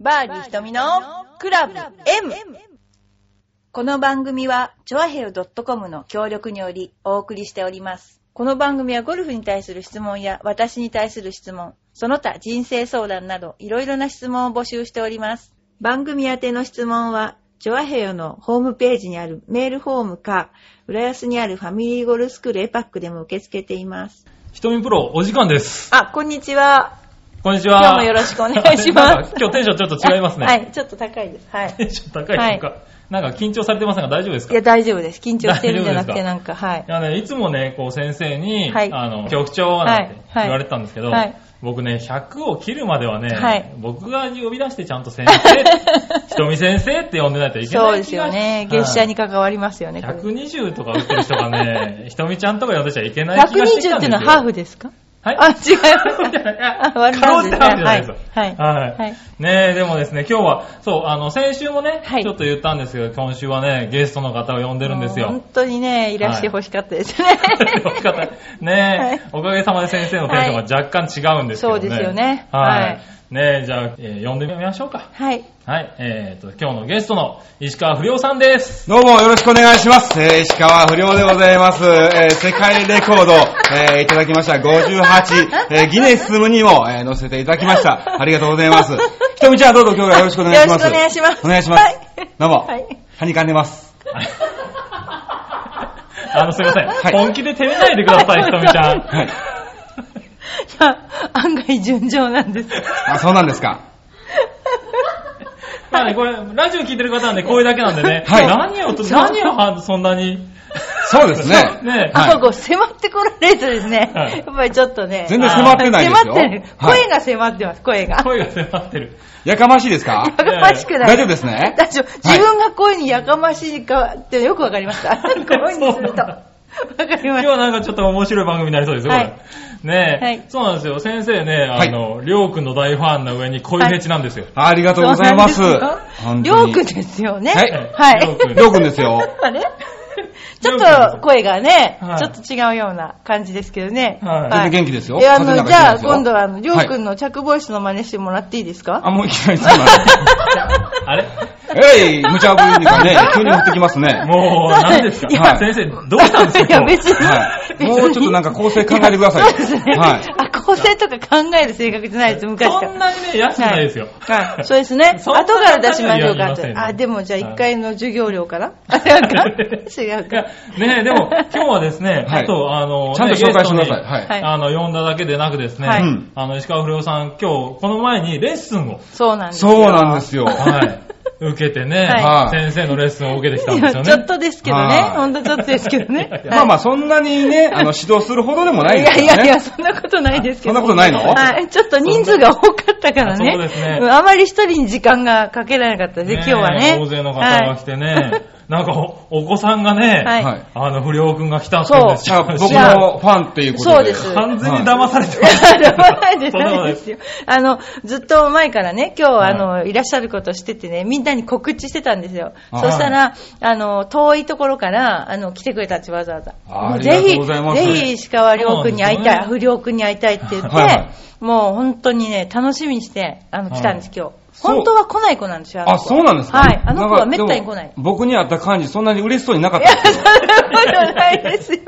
バーディー瞳のクラブ M! この番組は、チョアヘオ .com の協力によりお送りしております。この番組はゴルフに対する質問や私に対する質問、その他人生相談などいろいろな質問を募集しております。番組宛ての質問は、チョアヘヨのホームページにあるメールフォームか、浦安にあるファミリーゴルフスクールエパックでも受け付けています。ひとみプロ、お時間です。あ、こんにちは。こんにちは。今日もよろしくお願いしますなんか今日テンションちょっと違いますね。あはい、ちょっと高いです。はい。テンション高いというか、なんか緊張されてませんが大丈夫ですいかや、大丈夫です。緊張してるんじゃなくて、大なんか、はいい。やね、いつもね、こう先生に、はいあの、局長なんてはい言われてたんですけど、はい僕ね、100を切るまではね、はい僕が呼び出してちゃんと 先生、ひとみ先生って呼んでないといけそうなでいす気がよね。月謝にはい関わりますよね。これ120とか打ってる人 がね、ひとみちゃんとか呼んでちゃいけない気がしてき120たんってでいうのすよ。はハーフですかはいあ、違います。ああ、割りカなロんっでてすねハーフじゃないですよ。はいはいはいねえ、でもですね、今日は、そう、あの、先週もね、はいちょっと言ったんですけど、今週はね、ゲストの方を呼んでるんですもう本 よ。当にね、いらしてほしかったですね。よかったねえ、おかげさまで先生のテンションが若干違うんですけどね。そうですよねははいい。ねえ、じゃあ、えー呼んでみましょうか。はい。はい、えっと、今日のゲストの石川不良さんです。どうもよろしくお願いします。えー石川不良でございます。えー世界レコード、えーいただきました。58、えーギネスにも、えー載せていただきました。ありがとうございます。ひとみちゃんどうぞ今日はよろしくお願いします。よろしくお願いしますお願いします。はいどうも、はいはにかんでます。 あの、すいません。はい本気で照れないでください、ひとみちゃん。はい。いや、案外順調なんです。あ、そうなんですか。まあね、これ、ラジオ聞いてる方はね、声だけなんでね、はい何をと、何をはそんなに、そうですね。 ね、はいあ、こう迫ってこられるとですね、はやいっぱりちょっとね。全然迫ってないですよあ迫ってるはい声が迫ってます、声が。声が迫ってる。やかましいですかやかましくない。大丈夫ですね大丈夫。自分が声にやかましいかってよくわかりま した。声にすると。わかり今ま日しはなんかちょっと面白い番組になりそうですよ、こはれ。いねえ、はいそうなんですよ。先生ね、あの、りょうくんの大ファンな上に恋フェチなんですよ。ありがた。とうございます。そうなんですよりょうくんですよね。はいはりょうい。くんりょうくんですよ。あれちょりょうくんですっと声がね、はいちょっと違うような感じですけどね。はい全然元気ですよえあ風の、邪じゃなんかあひどいですよ今度は、あの、りょうくはんの着ボイスの真似してもらっていいですかあ、もういきなりそうなんです。あれ えい、無茶ぶりにかね、急に持ってきますね。もう、何ですか、いや先生、どうしたんですかいや、今日別に。はい。別にもうちょっとなんか構成考えてください よ。そうですね。はい。あ、構成とか考える性格じゃないです、昔から。そんなにね、安くないですよ。はい はい。そうですね。そ後んなから出しましょうやりかまっせんて。よあ、でもじゃあはい1回の授業料かなあ違うか違ういやか。、ねえ、でも、今日はですね、はいあと、あの、ちゃんとね紹介してくゲださいストにはいはいあの、呼んだだけでなくですね、はいうんあの、石川不良さん、今日、この前にレッスンを、そうなんですよ。そうなんですよ。はい、受けてね、はい先生のレッスンを受けてきたんです今よね。 ちょっとですけどね。はいほんとちょっとですけどね。いやいまあまあ。あ、そんなにね、あの、指導するほどでもないいでやすいよやいや、ね。そんなことないですけど。そんなことないのはい。ちょっと人数が多かったからね。あそうですねんあまり一人に時間がかけられなかったで、今日はね。大勢の方が来てね、なんかお、お子さんがね、はいはいあの、不良くんが来たって言うんですじゃあ、よ。僕いやのファンっていうことで。そうです完全に騙されて いやます。でもないです、そんなことなないでいですすよ。あの、ずっと前からね、今日、はいあの、いらっしゃることしててね、みんなに告知してたんですよ。あそしたら、あの、遠いところから、あの、来てくれたんですわざわざ。あもうありがとうございますぜひ、ぜひ、石川亮君に会いそうた、ないん不で良君に会いたいって言って、はいはいもう本当にね、楽しみにして、あの、来たんです、今日。そう本当は来ない子なんですよ、あ、子そうなんですかはい。あの子はめったに来なんいかで。も僕に会った感じ、そんなに嬉しそうになかったですよ。 そんなことないですよ。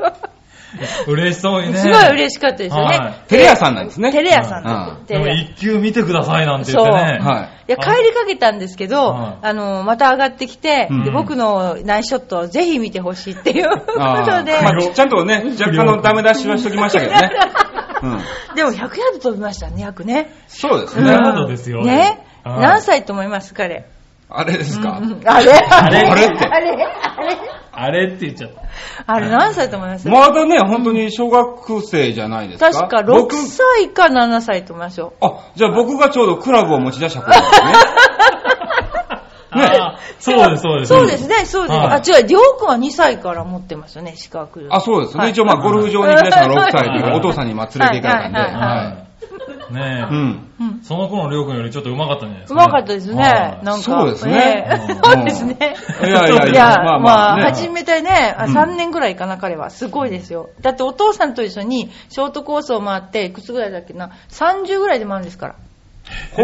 嬉しそうにね。すごい嬉しかったですよはねい。テレ屋さんなんですね。テレ屋さんだってでも、一級見てくださいなんて言ってね。そうはいいや、帰りかけたんですけど、はいあの、また上がってきて、うんで僕のナイスショットをぜひ見てほしいっていうことあでー、まあ、ちゃんとね、若干のダメ出しはしときましたけど ね。うん。でも100ヤード飛びましたね、約ね。そうです100ヤね。ードですようんね。はい何歳と思います、彼。あれですか。うんあれあれあれってあれあれあれって言っちゃった。あれ何歳と思いますまだね、本当に小学生じゃないですか。確か6僕歳か7歳と思いますよ。あ、じゃあ僕がちょうどクラブを持ち出した頃ですね。あーそうです、そうです。そうですね、そうです。はあ、い違う、りょうくんは2歳から持ってますよね、石川くん。あ、そうですはね。い一応まあ、ゴルフ場に行き出したのが6歳といはういか、お父さんに今連れて行かれたんで。はいはいはいははい。ねい。うえ、ん。うんその頃のりょうくんよりちょっと上手かったんじゃないですうか、ね。まかったですね。はいなんか。そうですねええそうですね。いやいやい やいや、ままああ、まあね始めてね、あうん3年ぐらいかな、彼は。すごいですよ。だってお父さんと一緒にショートコースを回って、いくつぐらいだっけな、30ぐらいで回るんですから。ほ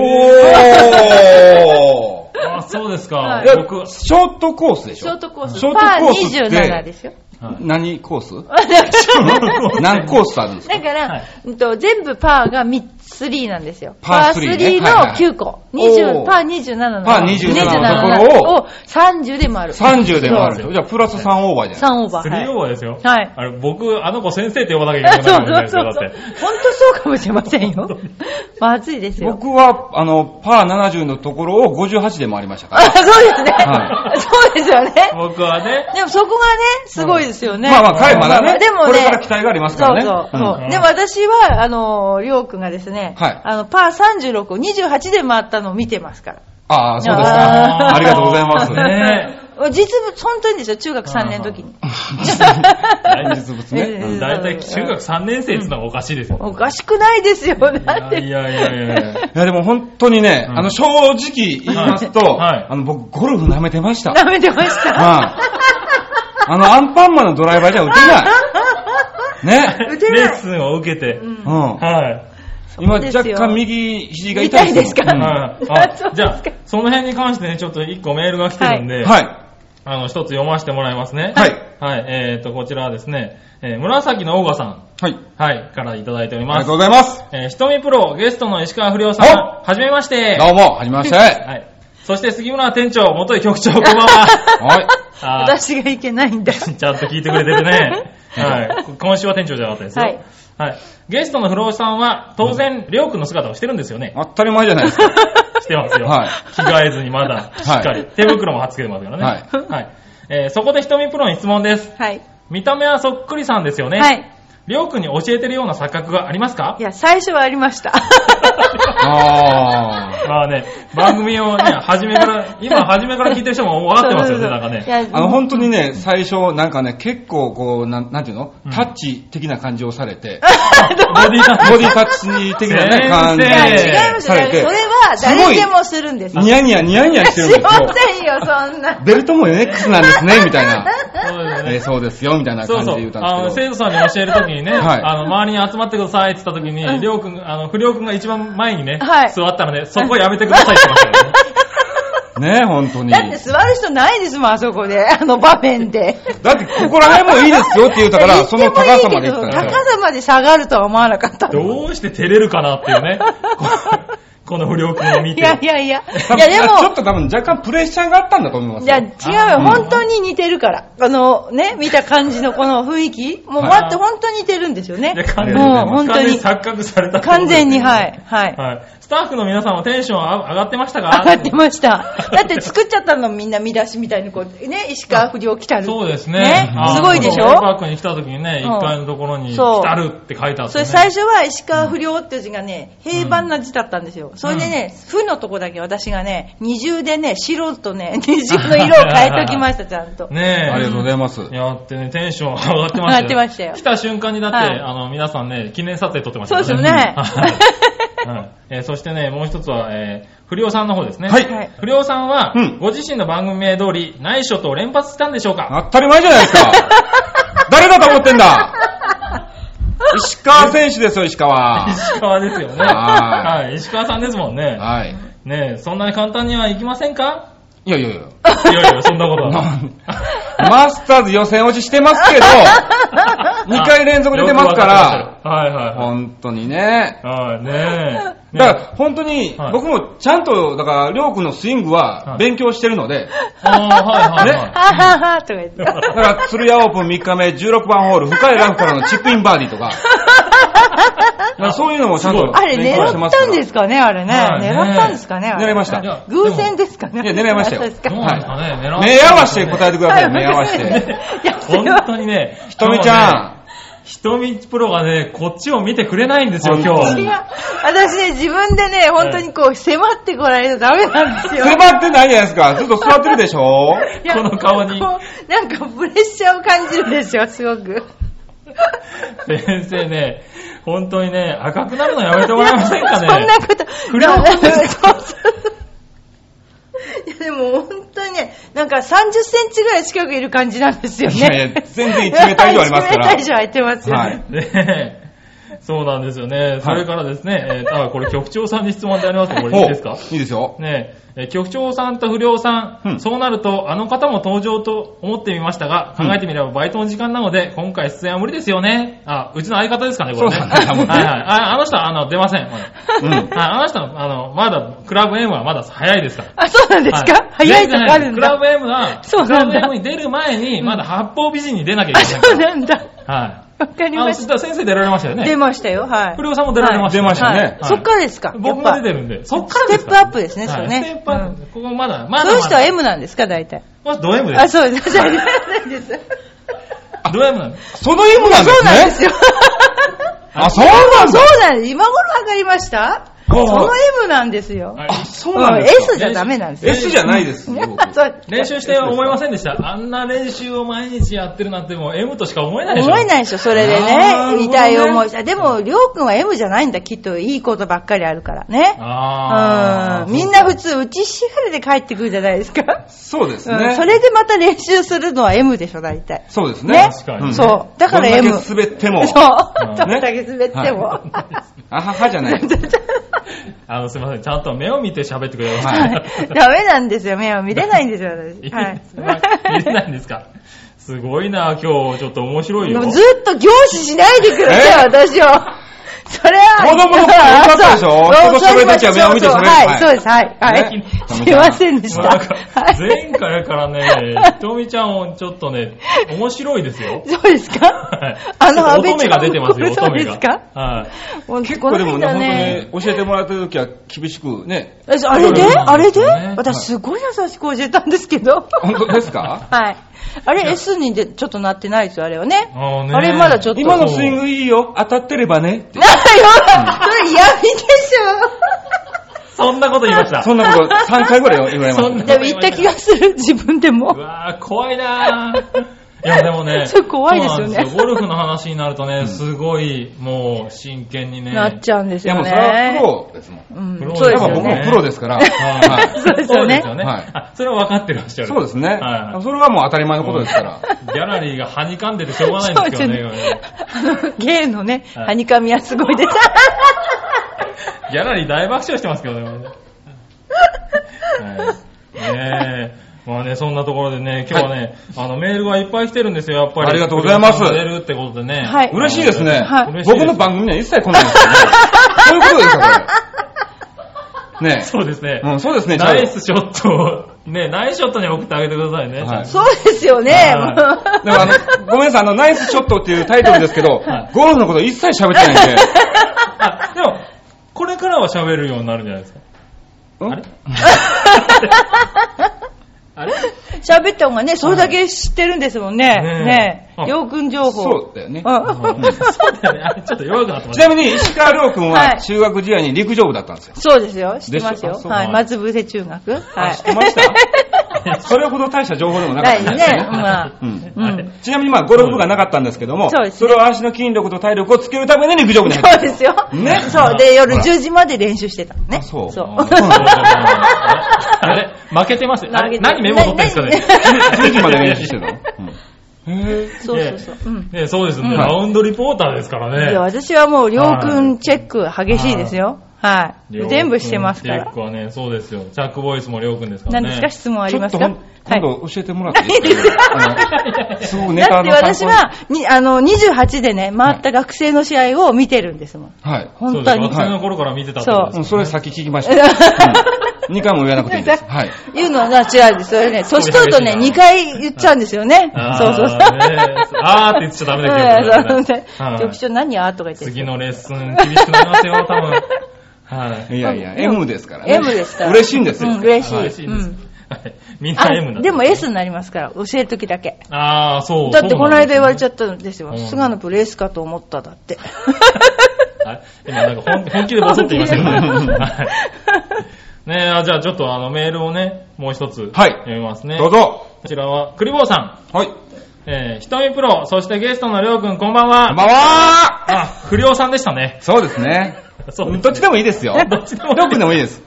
ですか、はいいや僕、ショートコースでしょショートコース。ショートコースパっー27でて、すよ。はい何コースース 何コースあるんですかだから、はいうんと全部パーが3 3なんですよ。パー3ねパー3の9個。はいはい20おーパー27のパー27 27のところをを30で回る。 30でもあるんでしそょうじゃあ、プラス3オーバーじゃないですか。 3オーバー。 3オーバーですよ。はいあれ、僕、あの子先生って呼ばなきゃいはいけないわけじそゃうなそうそう。いですか、だって。本当そうかもしれませんよ。まずいですよ。僕は、あの、パー70のところを58で回りましたかあ、ら。そうですね。はそうですよね。僕はね、でもそこがね、すごいですよね。 まあまあ、彼まだね、でもねこれから期待がありますからね。そうそうそううんでも私は、あの、りょうくんがですね、はいあの、パー36を28で回ったのを見てますから。ああ、そうですあ か。ーありがとうございます。ね 実物、本当にですよ、中学3年の時に。大実物ねううんんだいたい中学3年生ってのがおかしいですよ。 おかしくないですよ、なんいやいで。やいやいやいや。いや、でも本当にね、うんあの、正直言いますと、はいはいあの、僕、ゴルフ舐めてました。 舐めてました。はいあの、アンパンマンのドライバーじゃ打てない。ね。打てない レッスンを受けて、うん。はい。今、そうですよ若干右肘が痛い痛いですかうんははい そうあですかじゃあ、その辺に関してね、ちょっと一個メールが来てるんい。で、はあの、一つ読ませてもらいますね。はい。はい、えーと、こちらはですね、えー紫のオーガさん、い。はい、からいただいておりありまがすとう。ございます。えー、ひとみプロ、ゲストの石川不良さん、おはじめまして。どうも、はじめまして。ははい。そして杉村店長、元井局 長、こんばんは。い。あー私がいけないんだ。 ちゃんと聞いてくれてる ね。はい。こ今週は店長じゃなかったですよ。ははいい。ゲストの不良さんは、当然、りょうくんの姿をしてるんですよね。当たり前じゃないですか。してますよ。はい着替えずにまだ、しっかり。は手袋も貼っつけてますからね。ははい。えーそこで瞳プロに質問です。 はい。見た目はそっくりさんですよね。は。い。りょうくんに教えてるような錯覚がありますかいや、最初はありま した。あー。まあね、番組をね、初 めから、今初めから聞いてる人も分かってますよね、なんかいね。やあの、本当にね、最初、なんかね、結構こう、なん、なんていうのタッチ的な感じをされて、ボデ ィ ータッチボディタッチ的なね、感じ先いや生違いますよ。さだかられそれては誰でもするんです。ニヤニヤ、ニヤニヤしてるんですしまよ。せんよ、そんな。ベルトも NX なんですね、みたい な。そうですえーそうですよ、みたいなそう感じそで言うっ。たあの、んですけ生ど。徒さんに教えるときにね、はいあの、周りに集まってくださいって言ったときに、りょうくん、あの、不良くんが一番前にね、はい座ったらね、そこやめてくださいって言いましたよね。ね、本当に。だって座る人ないですもん、あそこで。あの場面で。だって、ここら辺もいいですよって言ったか言ら、ってそもいいのけど高さまで行ったんですよ。高さまで下がるとは思わなかった。 いどうして照れるかなっていうね、ここの不良くんを見て。やいやいや。多い分やでちょっも、と多分若干プレッシャーがあったんだと思いますいや違よ。うよ、本当に似てるから。あの、ね、見た感じのこの雰囲気。もうはい待って、本当に似てるんですよねいや。完全に、もう本当完全にに。錯覚されたってこと完ですね全に、はい。 はい。はい。スタッフの皆さんはテンションあ上がってましたか上がってました。だって作っちゃったのみんな見出しみたいにこう、ね、石川不良来たる。そうですねね。あのすごいでしょフォーパークに来た時にね、うん1階のところに、そう来たるって書いてあって、そね。れ最初は石川不良っていう字がね、平板な字だったんですよ。それでね、不のとこだけ私がね、二重でね、白とね、二重の色を変えときま した、ちゃんと。ねえ。ありがとうございます。やってね、テ ンション上がってましたよ。上がってましたよ来た瞬間にだって、はいあの、皆さんね、記念撮影撮ってましそうたですよね はい はいえーそしてね、もう一つは、えー不良さんの方ですね。はいはい不良さんは、うんご自身の番組名通り、内緒と連発したんでしょうか当たり前じゃないです か。誰だと思ってんだ石川選手ですよ、石川。石川ですよね。ははい。石川さんですもんね。はい。ねえ、そんなに簡単にはいきませんかいやいやいや。いやいや、そんなことは。 マスターズ予選落ちしてます けど、2回連続出てますから、ら。はいはいはい。本当にね。はい、ねえ。だから本当にはい僕もちゃんと、だから、りょうくんのスイングははい勉強してるので、ああー、はいはいはい。はははとか言って。だから鶴屋オープン3日目16番ホール深いラフからのチップインバーディーとか、だからそういうのもちゃんすごといあれ勉強して狙まっすかたらんですかね、あれね。はいね狙ったんですかね、あれ狙いましたいや偶然ですかね。いや狙いましたよ あそうですかどうなんですかね、狙って目合わせて答えてください、はい目合わ せて。いや、そ本れは当にね、ひとみちゃん。ひとみプロがね、こっちを見てくれないんですよ、本今当違う日。私ね、自分でね、本当にこう、迫ってこられるとダメなんですよ。座ってないじゃないですか。ずっと座ってるでしょいやこの顔にこうなんかプレッシャーを感じるでしょ、すごく。先生ね、本当にね、赤くなるのやめてもらえませんかね。そんなこと。不良いやそうそういやでも本当にね、なんか30センチぐらい近くいる感じなんですよね。いやいや全然1メーター以上ありますから1メーター以上空いてますよね。は いねそうなんですよね。それからですね、えーあ、これ局長さんに質問でありますが、これいいですかほういいですよ。ねえ、えー局長さんと不良さん、うんそうなると、あの方も登場と思ってみましたが、考えてみればバイトの時間なので、今回出演は無理ですよね。あ、うちの相方ですかね、これね。そうはいだね多は分い。ねああの人は、あの、出ません。まだうん。ああの人は、あの、まだ、クラブ M はまだ早いですから。あ、そうなんですかはい早いとかあるんクラだ。ブ M は、そうクラなんブだ M に出る前に、まだ八方美人に出なきゃいけあ、ないそうなんだ。から。はい。わかりあの、ましそしたら先生出られましたよた。 出ね。ましたよ、はい。不良さんも出られましたよね。はい出ましたねはいそっからですか僕やもっぱ出てるんで。そっからですかステップアップですねはいそれねステップアップ。ここまだ、まだまだ。そういう人は M なんですか、大体。まずド M であ、す。そうです。そうです。ド M なんです。その意味なんでそうすなんでね。 すよ。あ、そうなんそだうなんです。今頃わかりましたそおうの M なんですよ。はいあ、そうなんうんです S じゃダメなんですよ。 S じゃないですよ。僕 そう練習して思いませんでした。あんな練習を毎日やってるなんてもう M としか思えないでしょ。思えないでしょ、それでなるほどね。ね痛い思いした。でも、りょうくんは M じゃないんだ、きっと。いいことばっかりあるからね。うああ。ん。みんな普通、打ちしがれで帰ってくるじゃないですか。そうですうんね。それでまた練習するのは M でしょ、大体。そうですねね。確かにんそうだから M どんだけ滑ってそうも。。うんどんだけ滑っても。あははじ ゃない。あの、すいません。ちゃんと目を見て喋ってくれましは た。ダメなんですよ、目を見れないんですよ、 い私。いですはい。見 れないんですか。すごいな、今日。ちょっと面白いで よ。もずっと凝視しないでください、私を。それは。子供の頃よかったでしそょう人の喋り口は目を見てそうそう喋るはいはいそうです、はい。はいね。すいませんでしもうた。なんかはい。前回か らね、ひとみちゃんをちょっとね、面白いですよ。そうですはいかあの、安乙倍ち女ゃがん出てますよ、乙そう女ですがか。はい。結構でもね、この間本当に教えてもらってる時は厳しくね。えあれでそうなんですよねあれではい私すごい優しく教えたんですけ ど。本当ですか はい。あれ S にでちょっとなってないですよ、あれはね。あーねあれまだちょっと。今のスイングいいよ。当たってればね。なよ、 それ嫌味でしそんなこと言いました。そんなこと3回ぐらい言われまそしんなたょ。でも言った気がする、自分でうも。わー、怖い なー。いや、でもね。ちょっと怖いですよねそうなんゴルフの話になるとね、すごい、もう、真剣にね。なっちゃうんですいやよもうね。それはプロですもん。うんプロそうやでっすぱよ僕もね。プロですから。はは そいうですよねはいあそれは分かってらっしゃいる。そうですね。はいそれはもう当たり前のことですから。ギャラリーがはにかんでてしょうがないんですけどね。そうこれねあの、ゲイのね、はいはにかみはすごいです。ギャラリー大爆笑してますけどね。はいねえ。まあね、そんなところでね、今日はね、あの、メールがいっぱい来てるんですよ、やっぱり。ありがとうございます出るってことでね。はい嬉しいですねはい嬉。しいです僕の番組には一切来ないですよね。そういうことですか、これ。ねそうですねえ。。うん、そうですね。ナイちスショットを、ね、ナイスショットに送ってあげてくださいね。 はいそうですよね。もはいうゃんとでもあの、ごめんなさい、あの、ナイスショットっていうタイトルですけどはい、ゴルフのこと一切喋ってないんで。あ、でも、これからは喋るようになるんじゃないですか。うんあ れあれう喋った方がね、それだけ知ってるんですもんね。ねえねあえ。ようくん情報。そうだよねう。んそうだよね。あれちょっと弱くなってまちすなみに、石川亮君ははい中学時代に陸上部だったんですよ。そうですよ。知ってますでよ。しょあそうは。はいい松伏中学。はあい。知ってました それほど大した情報でもなかはっいたんですね。ね。まあ。うんうんあれちなみにまあ、ゴルフ部がなかったんですけども、そうですねれを足の筋力と体力をつけるために陸上部に入っそた。うですよ。ねそう。で、夜ほら10時まで練習してたのね。あそうそう。あそうなんだあれ負けてますあれ何メモ取ってんですかね10時まで練習してたの。うんへ ー そうそうそう。うん。ねそうですね。んラウンドリポーターですからいや、ね。私はもう、りょうくんチェック激しいですよ。はい。全部してますかりょうらく。ん結構ね、そうですよ。チャックボーイスもりょうくんですから何ね。ですか質問あちりょまっすとかほん今 はい度教えてもらっていいですかあのすごくネだタっての私参考には、にあの、28でね、回った学生の試合を見てるんですもん。はい。本当に。そうです学生の頃から見てたってことうでん、すそれ先聞き ました。うん、2回も言わなくていいです。はい。言うのはな違うんですよね。年取るとね、2回言っちゃうんですよね。あーそうそうそう。ねあーって言っちゃダメだけどねうんそうそうはい局長何やとか言って。次のレッスン厳しくなりますよ、多分。はい。いやいや、M ですからね。 M ですから。嬉しいんですよ。うん、嬉しい。嬉しいです。うんはいみんな M だあでも S になりますから、教えときだけ。ああ、そう。だってこの間言われちゃっったんですようん。菅野プレースかと思っただって。た。今なんか本本気でボソって言いましたけど。 はいねえ、あじゃあちょっとあのメールをね、もう一つはい読みますね。どうぞ。こちらは、クリボーさはい。ん、えー、ひとみプロ、そしてゲストのりょうくん、こんばんこんは。ばんはあ、不良さんでしたね。そうですね。そうどっちでもいいですよ。どっちでもいいどっ ちでもいいです。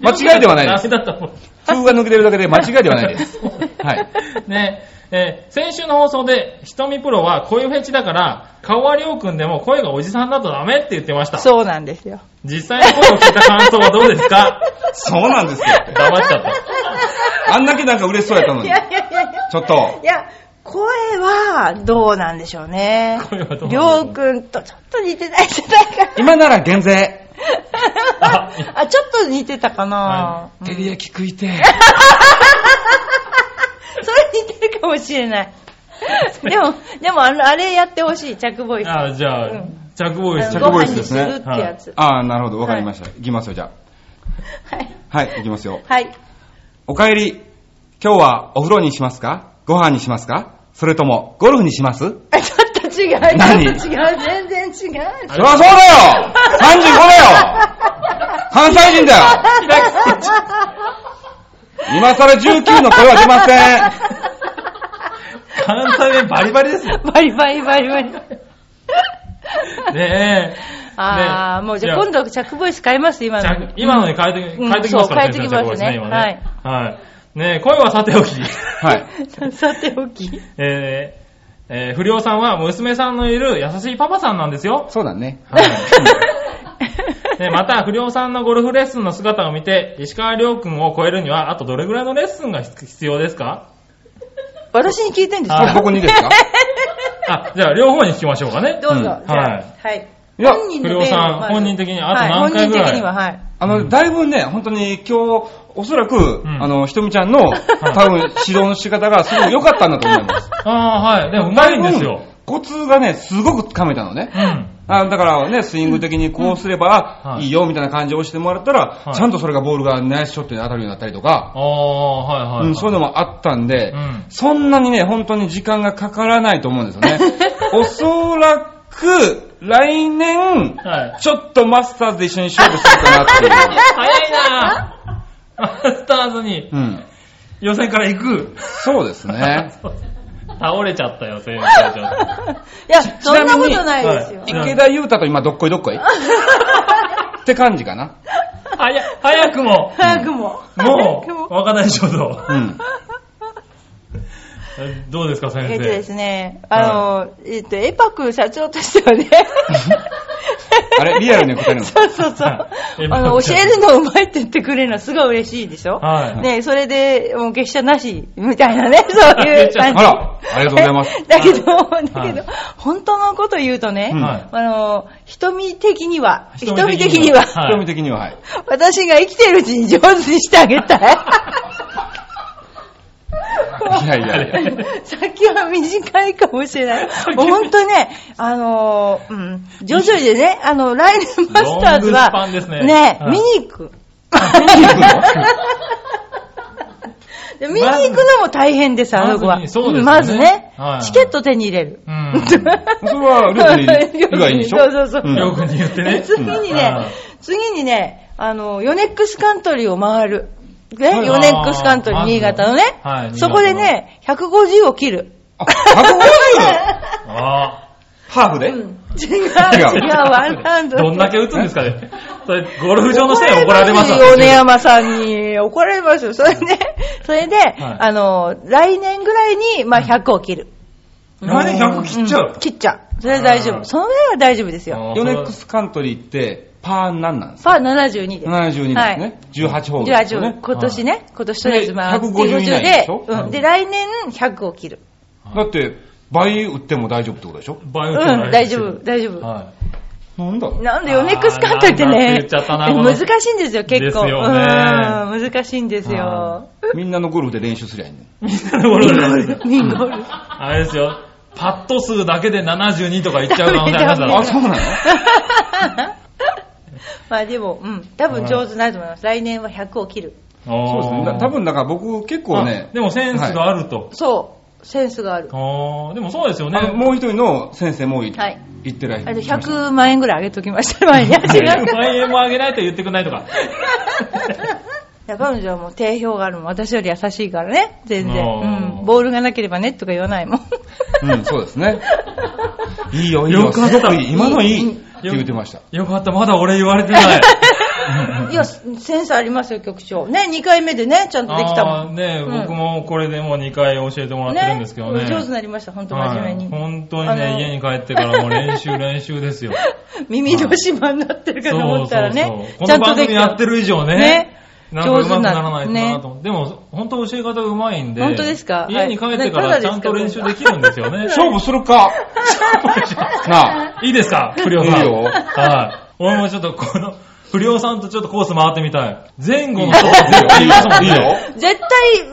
間違いではないです。ダメだと思う風が抜けてるだけで間違いではないです。はい。ねえー先週の放送で、ひとみプロは声フェチだから、顔はりょうくんでも声がおじさんだとダメって言ってました。そうなんですよ。実際の声を聞いた感想はどうですか そうなんですよって。黙っちゃった。あんだけなんか嬉しそうやったのいに。やいやいやいや。ちょっとい。や、声はどうなんでしょうね。声はどうなんでしょうりょうくんとちょっと似てないじゃないか。今なら減税。あ あ、ちょっと似てたかな、うん照り焼き食いてえ。それ似てるかもしれ ない。でも、でもあの、あれやってほしい、着ボイス。あ、じゃあ、うん着ボイス。着ごボイ飯スでにすすねるってやつ。ああ、なるほど。わかりました。いきますよ、じゃはい。あ。はい、いきますよ。はい。おかえり。今日はお風呂にしますかご飯にしますかそれとも、ゴルフにしますあちょっと違う。何ちょっと違う。全然違う。そりゃそうだよ !35 だよ関西人だよ今更19の声は出ません関西弁バリバ リですよ。バリバリバリバ リ。ねえ。ああ、ねえもうじゃあ今度着ボイス変えます、今じゃのあ。今のに変えて、うん変えてきますから、そう変えてきますね先生の着ボイス今ねはい。ねえ、声はさておき。 はい。さておき。えーえー不良さんは娘さんのいる優しいパパさんなんですよ。そうだね。 ね、また、不良さんのゴルフレッスンの姿を見て、石川亮君を超えるには、あとどれぐらいのレッスンが必要ですか私に聞いてんですあよ。ここにですかあ、じゃあ、両方に聞きましょうかね。どうぞ。うんじゃあはいはい。いや人不良さん弁をまず本人的にあと何回ぐらは本人的いには、はい。 あの、だいぶね、本当に今日、おそらく、んあの、ひとみちゃんの、多分、指導の仕方がすごく良かったんだと思います。ああ、はい。でも、うまいんですよ。コツがね、すごく噛めたのね。うん。あだからね、スイング的にこうすれば、うんはいいいよみたいな感じをしてもらったら、はいちゃんとそれがボールがナイスショットに当たるようになったりとか、ああ、はいはいはい、うん、そういうのもあったんで、うんそんなにね、本当に時間がかからないと思うんですよ ね。おそらく、来年、はい。ちょっとマスターズで一緒に勝負するかなっていう。早いなぁ。マスターズにうん。予選から行く。そうですね。倒れちゃったよ、選手会長。いや、そんなことないですよは。 池田優太と今どっこいどっこいって感じかな。早、早くも、早くも。も早くう、も。わかんないでしょ、とう。ん。えどうですか、先えっとで生。すね、あの、えっと、エパク社長としてはね、 あれリアルに答える のそうそうそうは。いあの、教えるのうまいって言ってくれるのはすごい嬉しいでしょはいね、それで、もう月謝なし、みたいな ね、そういう月謝感あじ。ら、ありがとうございます。 だけど、だはいけど、本当のこと言うとね、うんはあの、瞳的には、瞳瞳的には的には、はい興味的にははい。 私が生きてるうちに上手にしてあげ たい。いやいやいや。先は短いかもしれない。もう本当ね、あのーうん、徐々にね、あの、来年マスターズは、ロングスパンですねはい見に行く。見に行くの で見に行くのも大変です、あの子は。まずそうですよねんまずね、はいチケット手に入れ る。い。うん。それは、料理以 外にでしょそうそうそう。んりょうくんに言ってね。次にうんね、次にね、あの、ヨネックスカントリーを回る。ね、はいヨネックスカントリあーー新潟のね、はいそこでね、150を切る。あ、150! あハーフで、違う、違うあ。、ワンハンド。どんだけ打つんですかね。それ、ゴルフ場の人に怒られますわ米山さんに怒られますよ。それで、それで、あの、来年ぐらいに、まあ、100を切る。来年100切っちゃんう、切っちゃう。それは大丈うん夫。その上は大丈夫ですよ。あーヨネックスカントリーって、パー何なんですかパー72です。 ?72 はですいね。18ホールですよ18ね。今年ね、今年とりあえず回って150以内ででしょ、うんで、来年100を切る。だって、倍打っても大丈夫ってことでしょバイうオテクノロジーん、大丈夫、大丈夫。はなん だなんで、ヨネックスカントリーってあーなんて言ねっちゃった、なこの難しいんですよ、結構。でうすん、よね難しいんですはよ。みんなのゴルフで練習すりゃいいね。い。みんなのゴルフ場ですミンゴル。あれですよ。パッと数だけで72とかいっちゃう可能性ありますかダらあ、 そうなのまあでも、うん、多分上手になると思います。来年は100を切る。そうですね。だ多分分だから僕結構ね、でもセンスがあると。そう、センスがある。あーでもそうですよあのね。もう一人の先生もいはい言ってらっしあゃいとました。 100万円ぐらいあげときました、 前に。違う 100万円もあげないと言ってくんないとか。いや彼女はもう定評があるもん。私より優しいからね、全然。あーうん、ボールがなければねとか言わないも ん。うん、そうで すね。いいよ、いいよ。よかったすごい今のいいって言ってました。よかった、まだ俺言われてない。いや、センスありますよ、局長。ね、2回目でね、ちゃんとできたもん。あーね、うん僕もこれでもう2回教えてもらってるんですけどね。上手になりました、本当真面目に。はい本当にあね、の家に帰ってからもう練習練習ですよ。耳の島になってるかと思ったらね、こちゃんのと番でき組やってる。る以上ね。ねなんか上手上くな手らになないるとなと思って。でも、本当教え方うまいんで。本当ですか家に帰ってかはらいちゃんと練習できるんですよね。勝負する かなあ。いいですか不良さん。いいよはい。俺もちょっとこの、不良さんとちょっとコース回ってみたい。前後の勝負絶対いますもんね。いいよ。絶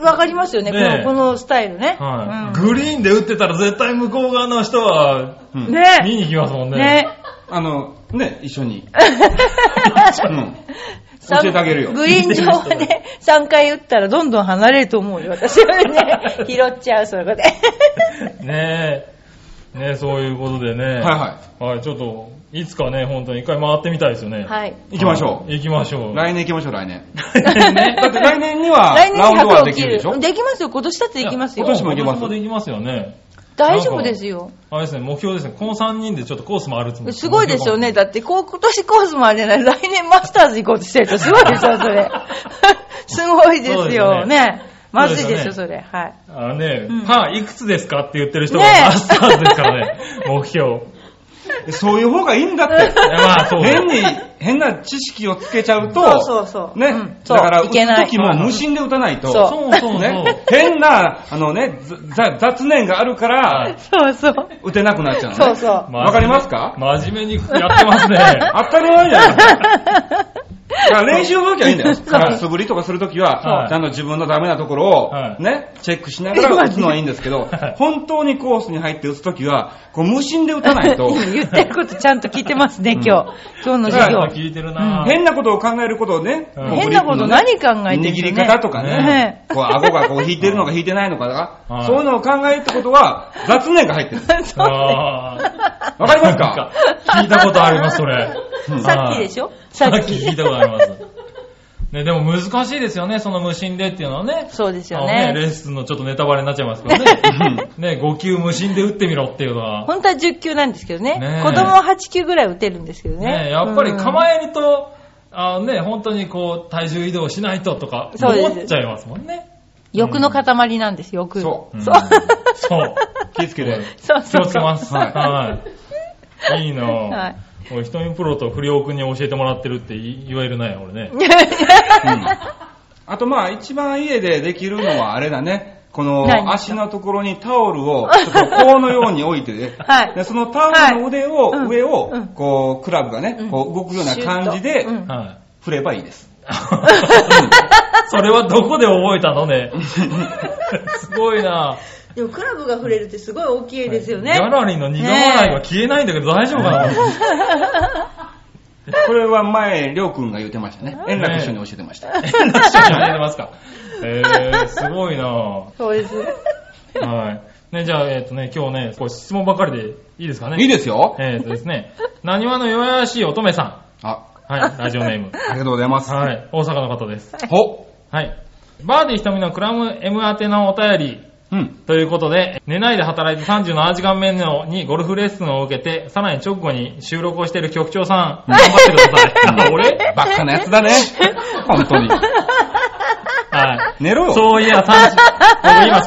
対わかりますよね、こねのこのスタイルね。はうい。んグリーンで打ってたら絶対向こう側の人はうん見ねに行きますもんね。ね あの、ね、一緒に。 うん三教えてあげるよグリーン上で ね、3回打ったらどんどん離れると思うよ。私は ね、拾っちゃう、そこで。ねえ。ねえ、そういうことでね。はいははい、ちょっと、いつかね、本当に一回回ってみたいですよね。い。はい。い。行きましょう。行きましょう。来年行きましょう、来年。ねだって来年には、来年ラウンドは100でをき切るでしょる。できますよ、今年だってできますよい。や今年も行けます今年もできますよね。大丈夫ですよ。あれですね、目標ですね。この3人でちょっとコース回るつもり。すごいですよね。。だって、こう、今年コースもあれない。来年マスターズ行こうとしてると、すごいでしょ、そ れ。すごいですそうですよよ。ねね。まずいですよ、そそれ。はい。あのね、うんパーいくつですかって言ってる人がねえマスターズですか らね、目標。いそういう方がいいんだって。やまあ、そう変に、変な知識をつけちゃうと、そうそうそうね、うんそうだからいけない打つ時も無心で打たないと、そうそうそうそう。ね、変な、あのね、ざ雑念があるかはいら、そうそう。打てなくなっちゃうのね。そうそう。わかりますか真面目にやってますね。当たり前じ ゃないですか。だから練習の時はいいんだよ。から素振りとかするときはは、いちゃんと自分のダメなところはを、いね、チェックしながら打つのはいいんですけどはい、本当にコースに入って打つときは、こう無心で打たない と、言ってることちゃんと聞いてますね、今日。今日の授業。聞いてるな、変なことを考えることをね、うんこう変なこと何考えてるんでしょ握うねり方とかねね、こう顎がこう引いてるのか引いてないのか とはか、いそういうのを考えるってことは雑念が入ってる。あーわかりますか聞いたことあります、それ。うんさっきでしょさっき聞いたことあります。ね、でも難しいですよね、その無心でっていうのはね。そうですよあのレね。ッスンのちょっとネタバレになっちゃいますけどね。ね、5球無心で打ってみろっていうのは。本当は10球なんですけどねねえ。子供は8球ぐらい打てるんですけどね。ね、やっぱり構え、えると、あのね、本当にこう、体重移動しないととか、そうです思っちゃいますもんね。欲の塊なんです、欲。そううんそう。 そう。気ぃつけて。そう気そう。をつけます。はいはい。いいなぁ。はい俺、瞳プロと不良君に教えてもらってるって言言えるなよ、俺 ね。うんあとまあ一番家でできるのはあれだね。この何足のところにタオルをちょっと棒のように置いてねはいでそのタオルの腕を、はいうん上をうんこうクラブがね、うんこう動くような感じでシュッとうん はい。振ればいいです。それはどこで覚えたのね。すごいなでもクラブが触れるってすごい大きいですよねギ。ャラリーの苦笑いは消えないんだけど大丈夫かな、 これは前、りょうくんが言ってましたね。円楽一緒に教えてました。変な人に入れますか。えー、すごいなそうです。はい。ね、じゃあ、えっ、とね、今日ね、こう質問ばかりでいいですかね。いいですよ。えっ、とですね、何話の弱々しい乙女さあ、ん。はい、ラジオネーム。ありがとうございます。はい、大阪の方です。ほ、はい。バーディー瞳のクラム M 宛てのお便りうん。ということで、寝ないで働いて37時間目のにゴルフレッスンを受けて、さらに直後に収録をしている局長さん、頑張ってください。 俺バカなやつだね。本当に。はい。寝ろよ。そういや、30僕今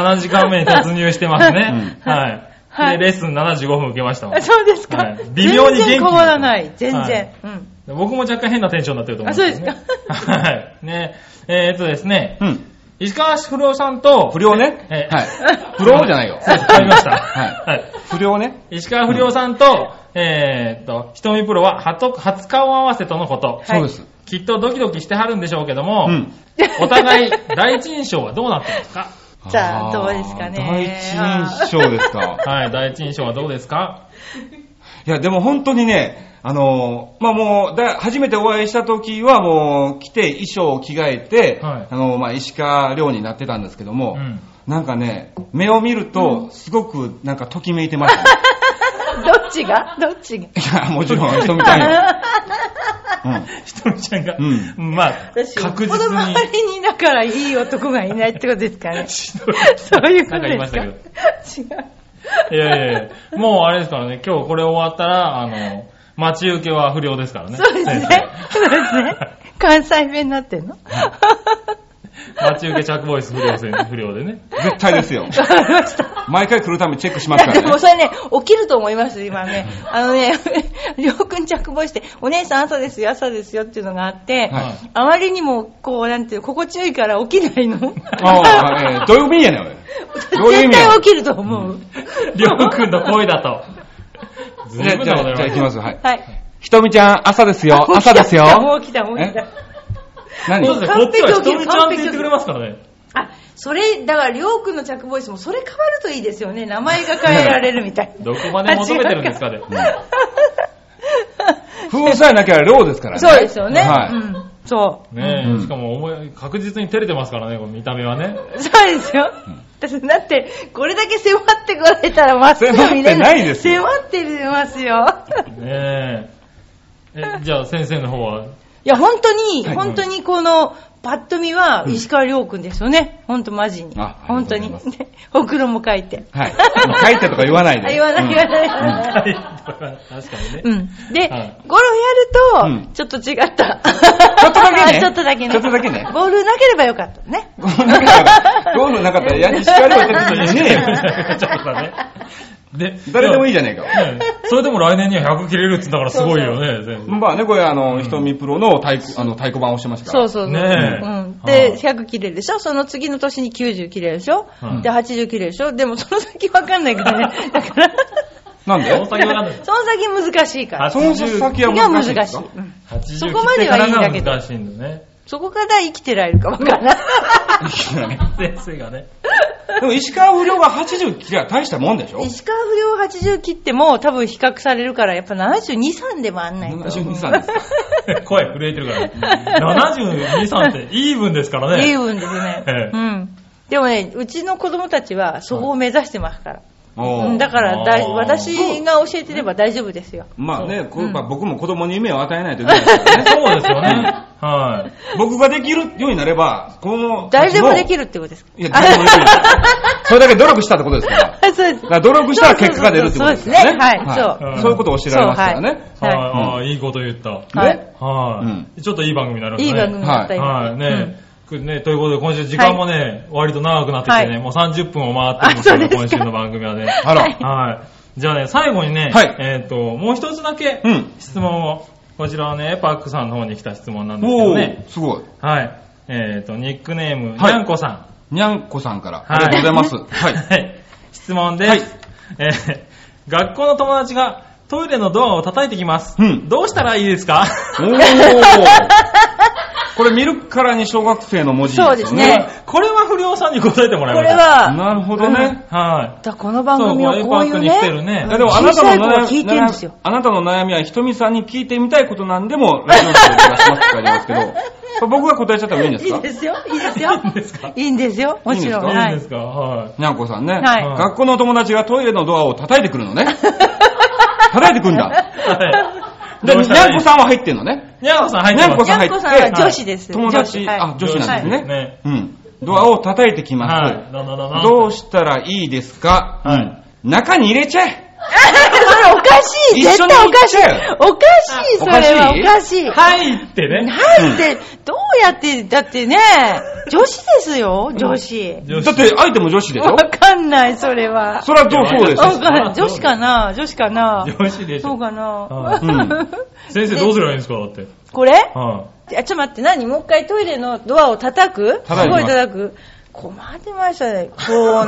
37時間目に突入してますね。はい。はいで、レッスン75分受けましたもんそうですか、はい微妙に元気全然変わらない。全然。はいうん。僕も若干変なテンションになってると思うんですけどねあそうですかはい。ね、えーっとですね、うん。石川不良さんと、不良ね。ええはい。不良じゃないよ。そうですわかりました。ははい。い。不良ね。石川不良さんと、えーっと、瞳プロは初初顔合わせとのこと。そうです。きっとドキドキしてはるんでしょうけども、うん お互い第一印象はどうなったんですかじゃあどうですかねあー第一印象です か。はい、第一印象はどうですかいや、でも本当にね、あのーまあ、もう、だ、初めてお会いした時はもう、来て衣装を着替えて、はいあのーまあ、石川亮になってたんですけども、うんなんかね、目を見ると、すごく、なんか、ときめいてました、ね。どっちがどっちがいや、もちろん、人 みたいな。うん。ひとみちゃんが、うまあ、確実この周に、りにだからいい男がいないってことですかね。ひとみ そういうこなとんか言いましたけど。ですか違う。 いやいやいや、もうあれですからね、今日これ終わったら、あの、待ち受けは不良ですからね。そうですね。そうですね。関西弁になってんの 待ち受け着ボイス不良せん不良でね。絶対ですよ。毎回来るためにチェックしますいかやでらもね。それね、起きると思います、今ね。あのね、 りょうくん着帽して、お姉さん朝ですよ、朝ですよっていうのがあって、はいあまりにも、こう、なんていう、心地よいから起きないの。ああ、えーどういう意味やねん、おいどういう 絶意味や対起きると思う。りょうくんの声だと。ずじゃいぶんあ、じゃなこあ、とじゃあ行き言われたます。はい。はい。ひとみちゃん、朝ですよ。朝ですよ。もう来た、もう来た。何そうですね、こっちはひとみちゃんって言ってくれますからね。あ、それ、だから、りょうくんの着帽子も、それ変わるといいですよね。名前が変えられるみた いな。どこまで求めてるんですかね。風さえなきゃローですからね。そうですよね。はいうん。そう。ねえ、うんしかも思い確実に照れてますからね、この見た目はね。そうですよ。だって、これだけ迫ってこられたらまっすぐ見れない。迫ってないですよ迫ってますよ。 ねえ。え、じゃあ先生の方 は、いや、本当に、はい本当にこの、パッと見は石川亮君ですよね。本当マジにあ。本当に。ありねがとうごほくろも書いて。はい。書いてとか言わないで。あ言わない言わない言わない。確かにね。うん。で、はいゴルフやるうとん、ちょっと違った。ちょっとだけ ねちょっとだけね。ちょっとだけねゴールなければよかったね。ゴールなかったら、ゴールなかったら、やにしかれた人いねえ よ。ちょっとだね。で、誰でもいいじゃゃねえか。ん。それでも来年には100切れるっつうんだからすごいよね、全然。まあね、これ、あの、ひとみプロの太鼓、あの、太鼓判をしてましたから。そうそうそう。ねえうん。はで、い100切れるでしょその次の年に90切れるでしょはいで、80切れるでしょでもその先わかんないから ね。だから、なんで大阪なんです。その先難しいから。その先は次は難難ししいいんですか。うん80切そこまではいいんだけどってからが難しいんだね。そこから生きてられるかわかんない。先生がね。でも石川不良が80切りゃ大したもんでしょ石川不良80切っても多分比較されるから、やっぱ72、3でもあんないと。 ?72 歳です か。声震えてるから。72、3ってイーブンですから言ね。うんですねええ。うん。でもね、うちの子供たちはそこを目指してますから。うおんーだからだいあー私が教えてれば大丈夫ですよ。まあね、こううんまあ僕も子供に夢を与えないといけないです からね。そうですよね。はい。僕ができるようになれば、この、誰でもできる。るってことですかいや、誰でも できる。それだけ努力したってことですから。あそうですだ。から努力したら結果が出るってことですからね。そうですねはいそううんそういうことを教えられますからね。はいはい、あーいいこと言った。はい。はい、ちょっといい番組になりましいいたね。番組だった、今。はい、ね、くね、ということで今週時間もね、割と長くなってきてね、はいもう30分を回ってきましあそたね、うです今週かの番組はね。あら。はい。じゃあね、最後にね、はいえっ、と、もう一つだけうん質問を、こちらはね、パックさんの方に来た質問なんですけおどねー、。すごい。はい。えっ、と、ニックネーム、はいにゃんこさん。にゃんこさんから。はあいりがとうございます。 はい。はい。質問です。はいえー学校の友達がトイレのドアを叩いてきます。うんどうしたらいいですかおー。これ見るからに小学生の文字ですよね。そうですねこれは不良さんに答えてもらいこましれょう。は、なるほどね。はだこの番組はこういうね、そうこういう番組に来てるねいんやででももああななたたのの悩聞いてるんですみよ、。あなたの悩みはひとみさんに聞いてみたいことなんでもラジオで話しますか ら言いますけど、僕が答えちゃった方がいいんですいいかですよ、いいですよ。いいんですかいいんですよ、もちろん。いい。はいいんいですかはい。にゃんこさんね、はい学校のお友達がトイレのドアを叩いてくる のね。叩いてくるんだ。はい。で、どうにしたらゃいんいこさんは入ってんのね。にゃんこさん入ってにゃんまこす。さんやん入ってこさんは女子です。友達、女子はいあ、女子なんですね。ねうん。ドアを叩いてきます。はい。どんどんどんどんどうしたらいいですか、はい中に入れちゃえ それおかしい一緒絶に対行おっかしいちゃえおかしいそれはおおかかしい入ってね。入って、どうやって、だってね、女子ですよ、女子。女子だって相手も女子でし ょわかんない、それは。それはどうそうでわすよ。かんない女子かな女子かな女子でしそうょ。かはな、いうん先生ど うすればいいんですかだって。これはあ、ちょっと待って、何もう一回トイレのドアを叩く叩いすてますごい叩く困ってましたね。こう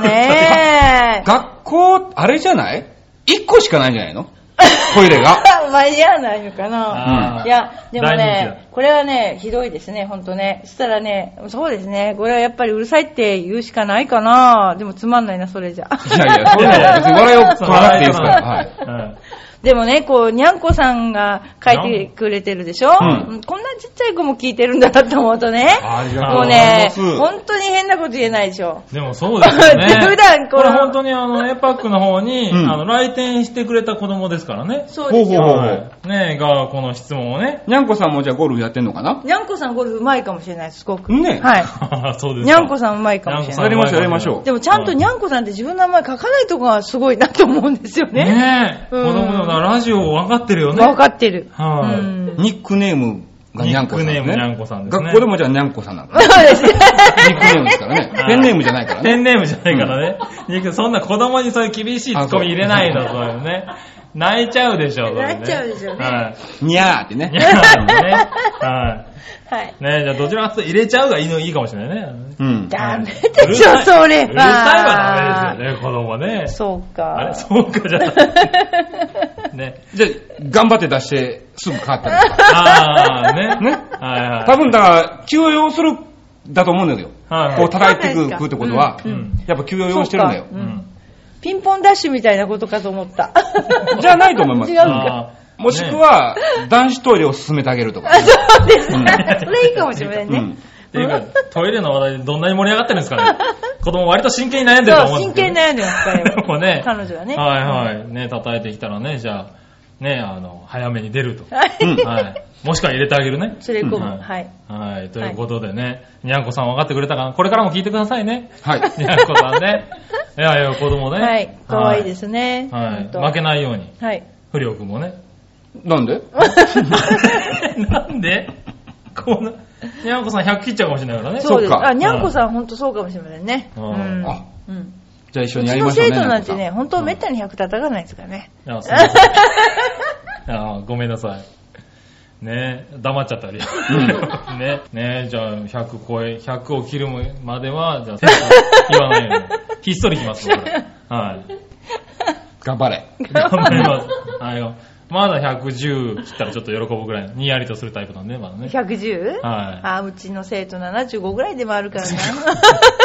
ね学校、あれじゃない一個しかないんじゃないの トイレ が。間に合わないのかい。なあーいや、でも大人気だね、これはね、ひどいですね、ほんとね。そしたらね、そうですね、これはやっぱりうるさいって言うしかないかなでもつまんないな、それじゃ。いやいや、そういうのは別に笑いを取らなくていいですから。はい。 はい。 でもね、こう、にゃんこさんが書いてくれてるでしょ、うんうんこんなちっちゃい子も聞いてるんだなと思うとね。ありがとうもうございねま、す。本当に変なこと言えないでしょ。でもそうですよね。 普段ここのれ本当にあの、エパックの方に、うんあの、来店してくれた子供ですからね。そうですほうほよ。うほうはいねえ、が、この質問をね。 にゃんこさんもじゃあゴルフやってんのかなにゃんこさんゴルフうまいかもしれない、すごく。ねはい。そうですかにゃんこさんうまいかもしれやない。りましょうやりましょうでもちゃんとにゃんこさんって自分の名前書かないとこがすごいなと思うんですよね。ねえ、うん子供のなラジオ分かってるよね。わかってる。はいうんニックネームがにゃんこさん、ね。ニックネームにゃんこさんですね学校でもじゃあにゃんこさ んなんだ、ね。そうですね。ニックネームですからね。はいペンネームじゃないからね。ペンネームじゃないからね。ニックそんな子供にそういう厳しいツッコミ入れないの、あそういうのね。泣いちゃうでしょ、それね泣いちゃうでしょうねはい。にゃーってね い。や、ね。ははい。い。ねじゃあどちらかというと入れちゃうがいいのいいかもしれないね。うん。ダメでしはょ、いそれは。うるさいはダメですよね、子供ね。そうか。あ れ、 そうかじゃない。ね。じゃあ、頑張って出して、すぐ変わったりとか。ああ、ね。ねはいはい。多分だから、休養する、だと思うんだけど。はいこう叩いてくるってことはう、ん。やっぱ休養してるんだよそ。ううんん。ピンポンダッシュみたいなことかと思った。じゃないと思いま す違うか。あーもしく、は、男子トイレを進めてあげるとか。あ、そうですねうん。 それいいかもしれないうねん。。っていうか、トイレの話題でどんなに盛り上がってるんですかね。子供割と真剣に悩んでるとそ思う、う真んです剣けど。に悩んでます彼で もね。彼女はね。はいはい。ね、叩いてきたらね、じゃあ、ね、あの、早めに出ると。うんはい。もしくは入れてあげるね。それ込うむ。んはい。はい。ということでね、にゃんこさん分かってくれたかなこれからも聞いてくださいね。 はい。にゃんこさんね。いやいや、子供ね。はい。かわいいですね。はい。ほんと負けないように。はい。不良くんも ね。なんでなんでこんな、にゃんこさん100切っちゃうかもしれないからね。そうです。そっかあ、にゃんこさんほんとそうかもしれませんね。ううんんあうん。じゃあ一緒うにやちりのましょう生ね。徒なんてね、中本当めったに100叩かないですからね。あ、 すいませんあごめんなさい。ねえ、黙っちゃったり。ねねえ、じゃあ100超え、100を切るまでは、じゃあ、言わないように。ひっそりきます、僕らはい。田頑張れ。 頑張ります。はいよ。まだ110切ったらちょっと喜ぶぐらい、にやりとするタイプなんで、まだね。 110? はあ、うちの生徒75ぐらいでもあるからね。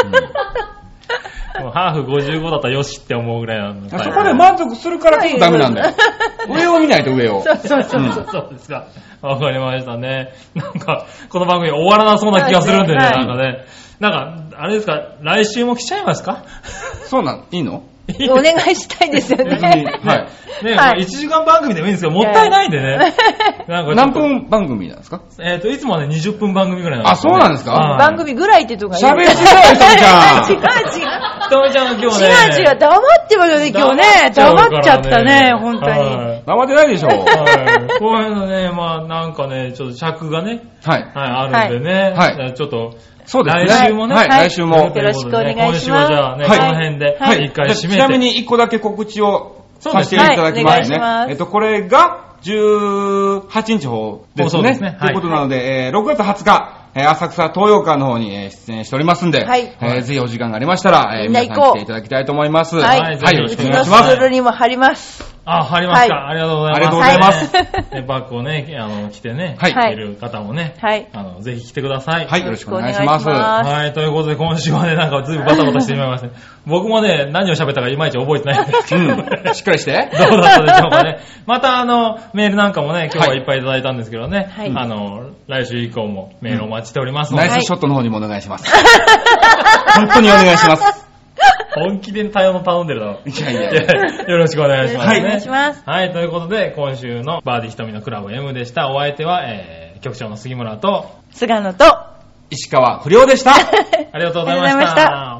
い。もうハーフ55だったらよしって思うぐらいなんで。そこで満足するからこそダメなんだよ。上を見ないと上を。そうそうそう。そうですか。わかりましたね。なんか、この番組終わらなそうな気がするんでね、はいなんかね。なんか、あれですか、来週も来ちゃいますかそうなん、いいの お願いしたいですよ別に、ね。はい。ね、はい1時間番組でもいいんですけど、もったいないんでね。なんかちょ何っと分番組なんですかえっ、と、いつもはね、20分番組ぐらいなんあ、そうなんですはかい 番組ぐらいってとこがいい喋りづらい人じゃ ん。違う違う。ひとみちゃんが今日ね。違う違う、黙ってますよね、今日ね。黙っちゃったね、本当に。に。慌てないでしょ。ははい。こういうのね、まあなんかね、ちょっと尺がね、い。はい、あるんでね。はいじゃあちょっと、そうですね。来週もねはい、はい来週もと。よろいうこしくとおでね願いし今ます週はじゃあね、はいこの辺で、はい一回締めて。ちなみに一個だけ告知をそうでさすせねていただきますね。はいお願いしますえっと、これが18日放です放送ね。ですねということなので、えー6月20日、えー浅草東洋館の方にえー出演しておりますんで、はいえーぜひお時間がありましたら、えーみんな皆行さんこう来ていただきたいと思います。はいはいよろうしくちお願のいしスまクすー。ルにも貼ります。あ、貼りますか、はありがとうございます。ありがとうございます はいねバッグをね、あの、着てね、はい着てる方もね、はいあの、ぜひ来てください。はい、よろしくお願いします。よろしくお願いしますはい、ということで今週はね、なんかずいぶんバタバタしてしまい ましたね。僕もね、何を喋ったかいまいち覚えてないんですけど、どう だうん、しっかりして。ったでしょうかね。またあの、メールなんかもね、今日はいっぱいいただいたんですけどね、はいあの、来週以降もメールお待ちしておりますので、ナイスショットの方にもお願いします。本当にお願いします。本気で対応も頼んでるだろう。いやいやいやよろしくお願いします、ね。よろしくお願いしますはい、ということで、今週のバーディー瞳のクラブ M でした。お相手は、えー、局長の杉村と、菅野と、石川不良でした。 ありがとうございありがとうごまし。ざいました